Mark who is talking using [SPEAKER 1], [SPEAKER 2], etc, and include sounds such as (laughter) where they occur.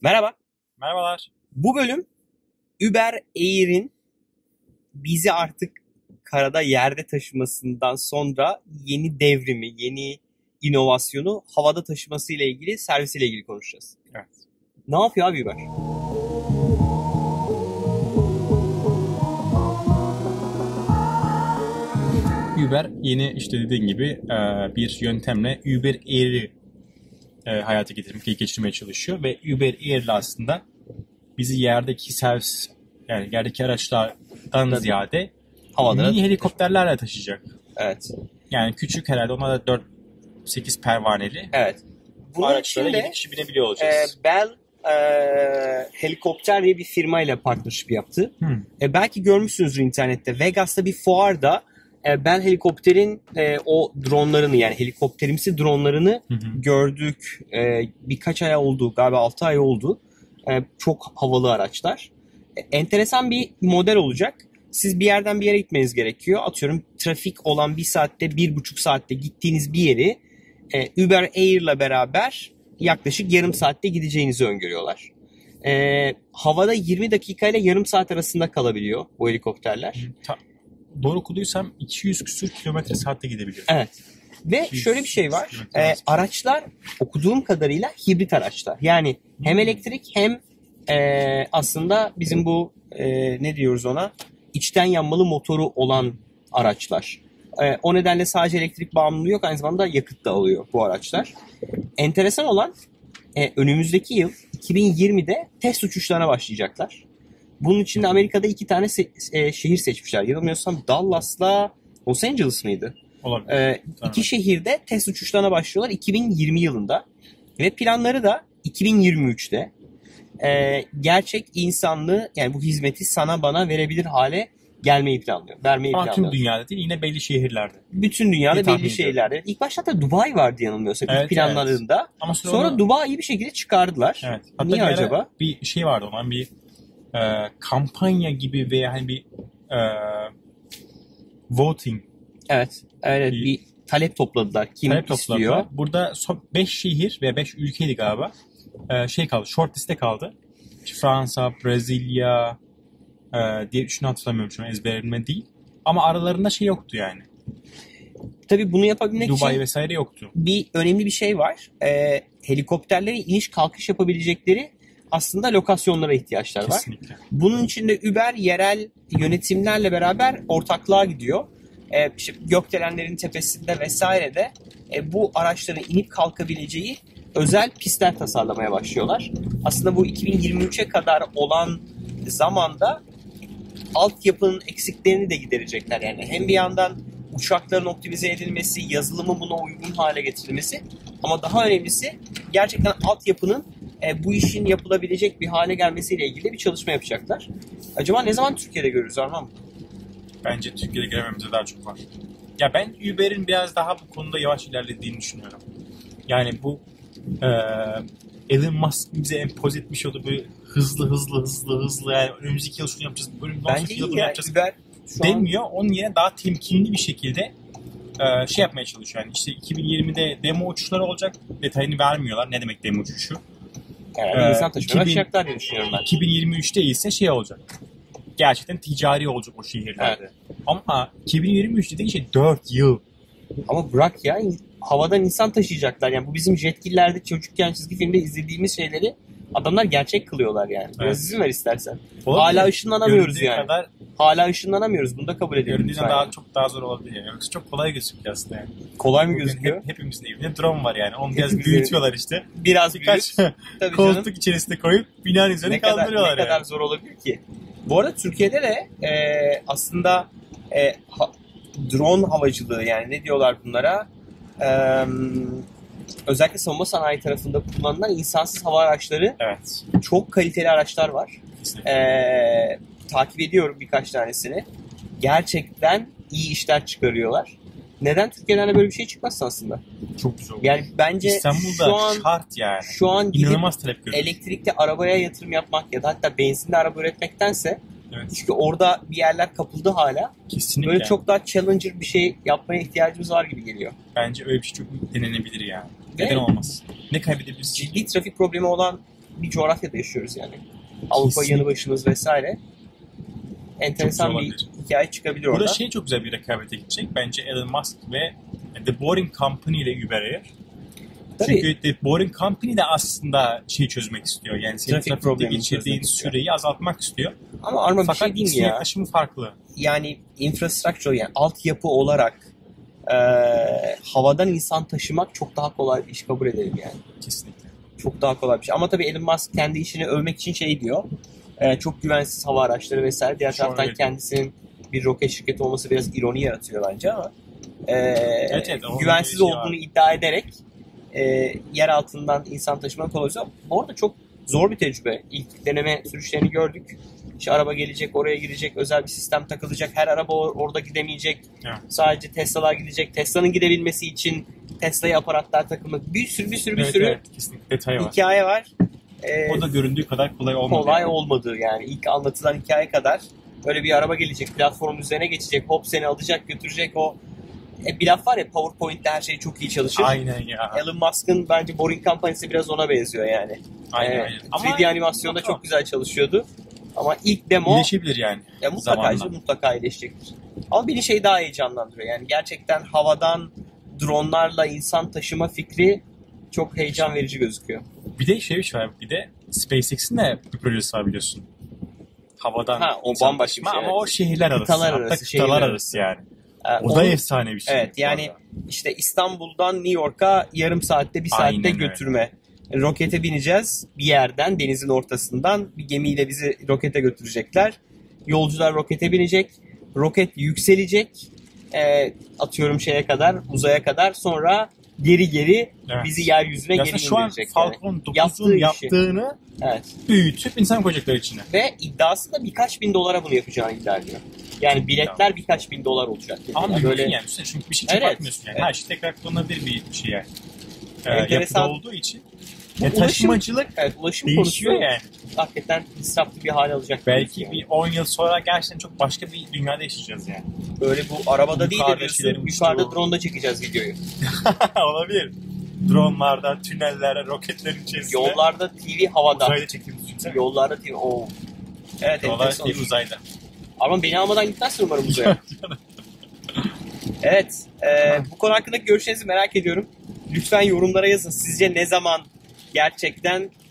[SPEAKER 1] Merhaba.
[SPEAKER 2] Merhabalar.
[SPEAKER 1] Bu bölüm Uber Air'in bizi artık karada yerde taşımasından sonra yeni devrimi, yeni inovasyonu havada taşımasıyla ilgili, servisiyle ilgili konuşacağız.
[SPEAKER 2] Evet.
[SPEAKER 1] Ne yapıyor abi Uber?
[SPEAKER 2] Uber yeni işte dediğin gibi e, bir yöntemle Uber Air'i e, hayata getirmeye, geçirmeye çalışıyor ve Uber Air ile aslında bizi yerdeki servis yani yerdeki araçlardan ziyade
[SPEAKER 1] Havada.
[SPEAKER 2] mini helikopterlerle taşıyacak.
[SPEAKER 1] Evet.
[SPEAKER 2] Yani küçük herhalde ona da 4 8 pervaneli
[SPEAKER 1] Evet. Bunun için
[SPEAKER 2] araçlara
[SPEAKER 1] de
[SPEAKER 2] 7 kişi binebiliyor
[SPEAKER 1] e,
[SPEAKER 2] olacağız.
[SPEAKER 1] Bell e, helikopter diye bir firmayla partnership yaptı.
[SPEAKER 2] Hmm.
[SPEAKER 1] E, belki görmüşsünüzdür internette. Vegas'ta bir fuarda e, ben helikopterin e, o dronlarını yani helikopterimsi dronlarını
[SPEAKER 2] Hı hı.
[SPEAKER 1] gördük. E, birkaç ay oldu galiba 6 ay oldu. E, çok havalı araçlar. E, enteresan bir model olacak. Siz bir yerden bir yere gitmeniz gerekiyor. Atıyorum trafik olan bir saatte, bir buçuk saatte gittiğiniz bir yeri e, Uber Air'la beraber yaklaşık yarım saatte gideceğinizi öngörüyorlar. E, havada 20 dakika ile yarım saat arasında kalabiliyor bu helikopterler.
[SPEAKER 2] Ta- doğru okuduysam 200 küsür kilometre saatte gidebiliyor.
[SPEAKER 1] Evet. Ve
[SPEAKER 2] Biz-
[SPEAKER 1] şöyle bir şey var.
[SPEAKER 2] Evet,
[SPEAKER 1] Ee,
[SPEAKER 2] lazım.
[SPEAKER 1] araçlar okuduğum kadarıyla hibrit araçlar. Yani hem elektrik hem ee, aslında bizim bu ee, ne diyoruz ona içten yanmalı motoru olan araçlar. Ee, o nedenle sadece elektrik bağımlılığı yok aynı zamanda yakıt da alıyor bu araçlar. Enteresan olan ee, önümüzdeki yıl 2020'de test uçuşlarına başlayacaklar. Bunun için de Amerika'da iki tane se- ee, şehir seçmişler. Yanılmıyorsam Dallas'la Los Angeles mıydı?
[SPEAKER 2] Olabilir.
[SPEAKER 1] Ee,
[SPEAKER 2] Tamam.
[SPEAKER 1] iki şehirde test uçuşlarına başlıyorlar 2020 yılında. Ve planları da 2023'te ee, gerçek insanlığı yani bu hizmeti sana bana verebilir hale gelmeyi planlıyor. Vermeyi
[SPEAKER 2] Ama tüm
[SPEAKER 1] planlıyor.
[SPEAKER 2] dünyada değil yine belli şehirlerde.
[SPEAKER 1] Bütün dünyada
[SPEAKER 2] Bir tahmin
[SPEAKER 1] belli
[SPEAKER 2] ediyorum.
[SPEAKER 1] şeylerde. İlk başta da Dubai vardı yanılmıyorsam ilk
[SPEAKER 2] Evet,
[SPEAKER 1] planlarında.
[SPEAKER 2] Ama
[SPEAKER 1] Sonra
[SPEAKER 2] onu-
[SPEAKER 1] Dubai'yi bir şekilde çıkardılar.
[SPEAKER 2] Evet. Hatta
[SPEAKER 1] Niye
[SPEAKER 2] bir ara
[SPEAKER 1] acaba?
[SPEAKER 2] Bir şey vardı olan bir e, kampanya gibi veya hani bir e, voting
[SPEAKER 1] Evet. Evet
[SPEAKER 2] Bir-
[SPEAKER 1] bir talep topladılar. Kim
[SPEAKER 2] talep
[SPEAKER 1] istiyor?
[SPEAKER 2] topladılar. Burada 5 şehir ve 5 ülkeydi galiba. E, şey kaldı, short liste kaldı. İşte Fransa, Brezilya e, diye şunu hatırlamıyorum şu an ezberimde değil. Ama aralarında şey yoktu yani.
[SPEAKER 1] Tabii bunu yapabilmek için
[SPEAKER 2] Dubai vesaire yoktu.
[SPEAKER 1] bir önemli bir şey var. Ee, helikopterlerin iniş kalkış yapabilecekleri aslında lokasyonlara ihtiyaçlar var.
[SPEAKER 2] Kesinlikle.
[SPEAKER 1] Bunun için de Uber yerel yönetimlerle beraber ortaklığa gidiyor. Ee, işte gökdelenlerin tepesinde vesaire de e, bu araçların inip kalkabileceği özel pistler tasarlamaya başlıyorlar. Aslında bu 2023'e kadar olan zamanda altyapının eksiklerini de giderecekler. Yani hem bir yandan uçakların optimize edilmesi, yazılımın buna uygun hale getirilmesi ama daha önemlisi gerçekten altyapının e, bu işin yapılabilecek bir hale gelmesiyle ilgili bir çalışma yapacaklar. Acaba ne zaman Türkiye'de görürüz Arman?
[SPEAKER 2] Bence Türkiye'de girememize daha çok var. Ya ben Uber'in biraz daha bu konuda yavaş ilerlediğini düşünüyorum. Yani bu eee Elon Musk bize empoze etmiş oldu böyle hızlı hızlı hızlı hızlı yani önümüzdeki yıl şunu yapacağız, bu önümüzdeki
[SPEAKER 1] Bence
[SPEAKER 2] yıl
[SPEAKER 1] iyi
[SPEAKER 2] bunu
[SPEAKER 1] ya.
[SPEAKER 2] yapacağız
[SPEAKER 1] Uber şu an
[SPEAKER 2] demiyor. Onun yerine daha temkinli bir şekilde eee, şey yapmaya çalışıyor. Yani işte 2020'de demo uçuşları olacak. Detayını vermiyorlar. Ne demek demo uçuşu?
[SPEAKER 1] herhalde
[SPEAKER 2] Ee,
[SPEAKER 1] insan taşımaya
[SPEAKER 2] 2000
[SPEAKER 1] başlayacaklar diye düşünüyorum ben.
[SPEAKER 2] 2023'te ise şey olacak. Gerçekten ticari olacak o şehirlerde. Ama 2023 dediğin şey 4 yıl.
[SPEAKER 1] Ama bırak ya in- havadan insan taşıyacaklar. Yani bu bizim jetkillerde çocukken çizgi filmde izlediğimiz şeyleri adamlar gerçek kılıyorlar yani. Biraz
[SPEAKER 2] Evet.
[SPEAKER 1] izin ver istersen.
[SPEAKER 2] Olabilir.
[SPEAKER 1] Hala ışınlanamıyoruz
[SPEAKER 2] Göründüğü
[SPEAKER 1] yani.
[SPEAKER 2] Kadar,
[SPEAKER 1] Hala ışınlanamıyoruz. Bunu da kabul edelim.
[SPEAKER 2] göründüğünden
[SPEAKER 1] lütfen.
[SPEAKER 2] daha çok daha zor olabilir yani. Yoksa çok kolay gözüküyor aslında yani.
[SPEAKER 1] kolay mı
[SPEAKER 2] Bugün
[SPEAKER 1] gözüküyor?
[SPEAKER 2] Hep, hepimizin evinde drone var
[SPEAKER 1] (laughs)
[SPEAKER 2] yani. Onu biraz
[SPEAKER 1] Hepimizin
[SPEAKER 2] büyütüyorlar işte.
[SPEAKER 1] Biraz büyük.
[SPEAKER 2] Birkaç
[SPEAKER 1] (laughs) Tabii canım.
[SPEAKER 2] koltuk içerisinde koyup binanın üzerine
[SPEAKER 1] ne kadar, ne
[SPEAKER 2] kaldırıyorlar
[SPEAKER 1] kadar
[SPEAKER 2] yani.
[SPEAKER 1] zor olabilir ki? Bu arada Türkiye'de de e, aslında e, ha- drone havacılığı yani ne diyorlar bunlara? E, özellikle savunma sanayi tarafında kullanılan insansız hava araçları
[SPEAKER 2] Evet.
[SPEAKER 1] çok kaliteli araçlar var.
[SPEAKER 2] kesinlikle.
[SPEAKER 1] E, takip ediyorum birkaç tanesini. Gerçekten iyi işler çıkarıyorlar. Neden Türkiye'den de böyle bir şey çıkmaz aslında?
[SPEAKER 2] Çok güzel oldu.
[SPEAKER 1] Yani bence şu
[SPEAKER 2] İstanbul'da
[SPEAKER 1] an
[SPEAKER 2] şart yani.
[SPEAKER 1] şu an gidip
[SPEAKER 2] İnanılmaz talep görüyoruz.
[SPEAKER 1] elektrikli arabaya yatırım yapmak ya da hatta benzinli araba üretmektense
[SPEAKER 2] Evet.
[SPEAKER 1] çünkü orada bir yerler kapıldı hala.
[SPEAKER 2] Kesinlikle.
[SPEAKER 1] Böyle çok daha challenger bir şey yapmaya ihtiyacımız var gibi geliyor.
[SPEAKER 2] Bence öyle bir şey çok denenebilir yani.
[SPEAKER 1] Ve
[SPEAKER 2] Neden olmaz? Ne kaybedebiliriz?
[SPEAKER 1] ciddi trafik problemi olan bir coğrafyada yaşıyoruz yani. Avrupa
[SPEAKER 2] Kesinlikle.
[SPEAKER 1] yanı başımız vesaire. Enteresan
[SPEAKER 2] Çok
[SPEAKER 1] bir
[SPEAKER 2] olabilir.
[SPEAKER 1] hikaye çıkabilir
[SPEAKER 2] Burada
[SPEAKER 1] orada.
[SPEAKER 2] şey çok güzel bir rekabete gidecek. Bence Elon Musk ve The Boring Company ile Uber Air.
[SPEAKER 1] Tabii.
[SPEAKER 2] Çünkü The Boring Company de aslında şey çözmek istiyor. Yani senin
[SPEAKER 1] Trafik
[SPEAKER 2] trafikte
[SPEAKER 1] problemini
[SPEAKER 2] geçirdiğin
[SPEAKER 1] çözmek istiyor.
[SPEAKER 2] süreyi azaltmak istiyor.
[SPEAKER 1] Ama Arma bir
[SPEAKER 2] Fakat
[SPEAKER 1] şey diyeyim
[SPEAKER 2] ikisinin
[SPEAKER 1] mi ya.
[SPEAKER 2] yaklaşımı farklı.
[SPEAKER 1] Yani infrastructure yani altyapı olarak eee, havadan insan taşımak çok daha kolay bir iş kabul edelim yani.
[SPEAKER 2] Kesinlikle.
[SPEAKER 1] Çok daha kolay bir şey. Ama tabii Elon Musk kendi işini övmek için şey diyor. Eee, çok güvensiz hava araçları vesaire. Diğer
[SPEAKER 2] Şu an
[SPEAKER 1] taraftan
[SPEAKER 2] öyle.
[SPEAKER 1] kendisinin bir roket şirketi olması biraz ironi yaratıyor bence ama. eee,
[SPEAKER 2] Evet, evet, onun
[SPEAKER 1] güvensiz
[SPEAKER 2] bir şey
[SPEAKER 1] olduğunu
[SPEAKER 2] var.
[SPEAKER 1] iddia ederek eee, yer altından insan taşımak kolay. olsa- Bu arada çok zor bir tecrübe. İlk deneme sürüşlerini gördük. İşte araba gelecek, oraya girecek, özel bir sistem takılacak. Her araba or- orada gidemeyecek.
[SPEAKER 2] Evet.
[SPEAKER 1] Sadece Tesla'lar gidecek. Tesla'nın gidebilmesi için Tesla'ya aparatlar takılmak. Bir sürü bir sürü bir
[SPEAKER 2] evet,
[SPEAKER 1] sürü
[SPEAKER 2] evet, kesinlikle detayı var.
[SPEAKER 1] hikaye var. Ee,
[SPEAKER 2] O da göründüğü kadar kolay olmadı.
[SPEAKER 1] kolay
[SPEAKER 2] yani.
[SPEAKER 1] olmadı yani. İlk anlatılan hikaye kadar böyle bir araba gelecek, platformun üzerine geçecek, hop seni alacak, götürecek o e, bir laf var ya PowerPoint'te her şey çok iyi çalışır.
[SPEAKER 2] Aynen ya.
[SPEAKER 1] Elon Musk'ın bence Boring kampanyası biraz ona benziyor yani.
[SPEAKER 2] Aynen
[SPEAKER 1] Ee,
[SPEAKER 2] aynen.
[SPEAKER 1] 3D animasyonda
[SPEAKER 2] Bakalım.
[SPEAKER 1] çok güzel çalışıyordu. Ama ilk demo
[SPEAKER 2] iyileşebilir yani.
[SPEAKER 1] ya mutlaka
[SPEAKER 2] zamanla.
[SPEAKER 1] mutlaka iyileşecektir. Ama beni şey daha heyecanlandırıyor. Yani gerçekten havadan dronlarla insan taşıma fikri çok heyecan verici gözüküyor.
[SPEAKER 2] Bir de şey bir şey var. Bir de SpaceX'in de bir projesi var biliyorsun. Havadan.
[SPEAKER 1] Ha, o
[SPEAKER 2] insan
[SPEAKER 1] bambaşka bir
[SPEAKER 2] taşıma
[SPEAKER 1] şey,
[SPEAKER 2] Ama
[SPEAKER 1] evet.
[SPEAKER 2] o şehirler arası.
[SPEAKER 1] Kıtalar
[SPEAKER 2] hatta
[SPEAKER 1] arası,
[SPEAKER 2] Kıtalar
[SPEAKER 1] şehirler
[SPEAKER 2] arası yani.
[SPEAKER 1] Ee,
[SPEAKER 2] O da
[SPEAKER 1] onun-
[SPEAKER 2] efsane bir şey.
[SPEAKER 1] Evet yani işte İstanbul'dan New York'a yarım saatte bir saatte
[SPEAKER 2] Aynen öyle.
[SPEAKER 1] götürme. Rokete bineceğiz bir yerden denizin ortasından bir gemiyle bizi rokete götürecekler. Yolcular rokete binecek. Roket yükselecek. Ee, atıyorum şeye kadar uzaya kadar sonra geri geri
[SPEAKER 2] Evet.
[SPEAKER 1] bizi yeryüzüne
[SPEAKER 2] Aslında
[SPEAKER 1] geri
[SPEAKER 2] şu an
[SPEAKER 1] indirecek. yani.
[SPEAKER 2] Falcon 9'un
[SPEAKER 1] Yaptığı işi.
[SPEAKER 2] yaptığını
[SPEAKER 1] Evet.
[SPEAKER 2] büyütüp insan koyacaklar içine.
[SPEAKER 1] Ve iddiası da birkaç bin dolara bunu yapacağını iddia ediyor. Yani biletler birkaç bin dolar olacak. dedi.
[SPEAKER 2] Ama
[SPEAKER 1] Yani
[SPEAKER 2] mümkün
[SPEAKER 1] böyle
[SPEAKER 2] böyle... yani. Üstüne çünkü bir şey çok
[SPEAKER 1] Evet.
[SPEAKER 2] atmıyorsun yani.
[SPEAKER 1] Evet.
[SPEAKER 2] Her şey tekrar kullanılabilir bir şey yani. Ee,
[SPEAKER 1] Enteresan.
[SPEAKER 2] yapıda olduğu için.
[SPEAKER 1] Bu
[SPEAKER 2] Yani
[SPEAKER 1] ulaşım-
[SPEAKER 2] taşımacılık
[SPEAKER 1] evet, ulaşım konusu
[SPEAKER 2] değişiyor yani.
[SPEAKER 1] hakikaten israflı bir hale alacak.
[SPEAKER 2] Belki
[SPEAKER 1] Yani.
[SPEAKER 2] bir 10 yıl sonra gerçekten çok başka bir dünyada yaşayacağız yani. (laughs)
[SPEAKER 1] Böyle bu arabada değil de diyorsun,
[SPEAKER 2] Kardeşlerimiz
[SPEAKER 1] yukarıda
[SPEAKER 2] doğru.
[SPEAKER 1] drone'da çekeceğiz videoyu.
[SPEAKER 2] Olabilir. Dronlarda, tünellerde, roketlerin içerisinde.
[SPEAKER 1] Yollarda TV havada.
[SPEAKER 2] Uzayda çektiğimiz düşünsene.
[SPEAKER 1] Yollarda TV. Oo. Evet
[SPEAKER 2] Yollarda
[SPEAKER 1] enteresan.
[SPEAKER 2] değil uzayda.
[SPEAKER 1] Ama beni almadan gitmezsin umarım (laughs) uzaya. evet. e, bu konu hakkındaki görüşlerinizi merak ediyorum. Lütfen yorumlara yazın. Sizce ne zaman gerçekten